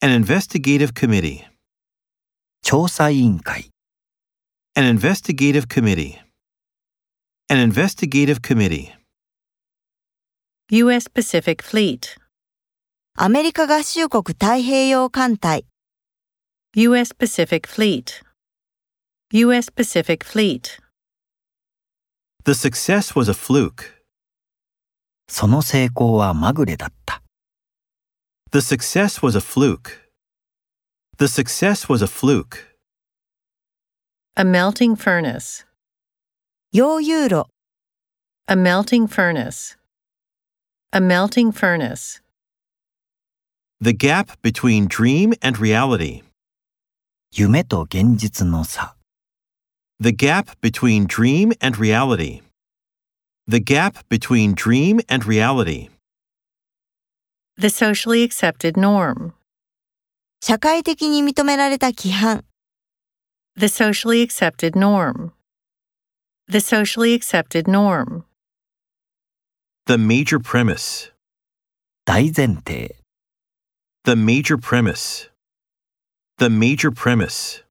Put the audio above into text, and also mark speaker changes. Speaker 1: An investigative committee.
Speaker 2: 調査委員会、
Speaker 1: An investigative committee. An investigative committee.
Speaker 3: U.S. Pacific Fleet,
Speaker 4: アメリカ合衆国太平洋艦隊、
Speaker 3: U.S. Pacific Fleet, U.S. Pacific Fleet,
Speaker 1: The success was a fluke.
Speaker 2: その成功はまぐれだった。
Speaker 1: The success was a fluke. The success was a fluke.
Speaker 3: a melting furnace,
Speaker 4: 洋ユーロ、
Speaker 3: a melting furnace, a melting furnace,
Speaker 1: The gap between dream and reality.
Speaker 2: 夢と現実の差、
Speaker 1: The gap between dream and reality. The gap between dream and reality.
Speaker 3: the socially accepted norm,
Speaker 4: 社会的に認められた規範、
Speaker 3: the socially accepted norm, the socially accepted norm,
Speaker 1: The major premise.
Speaker 2: 大前提。
Speaker 1: The major premise. The major premise.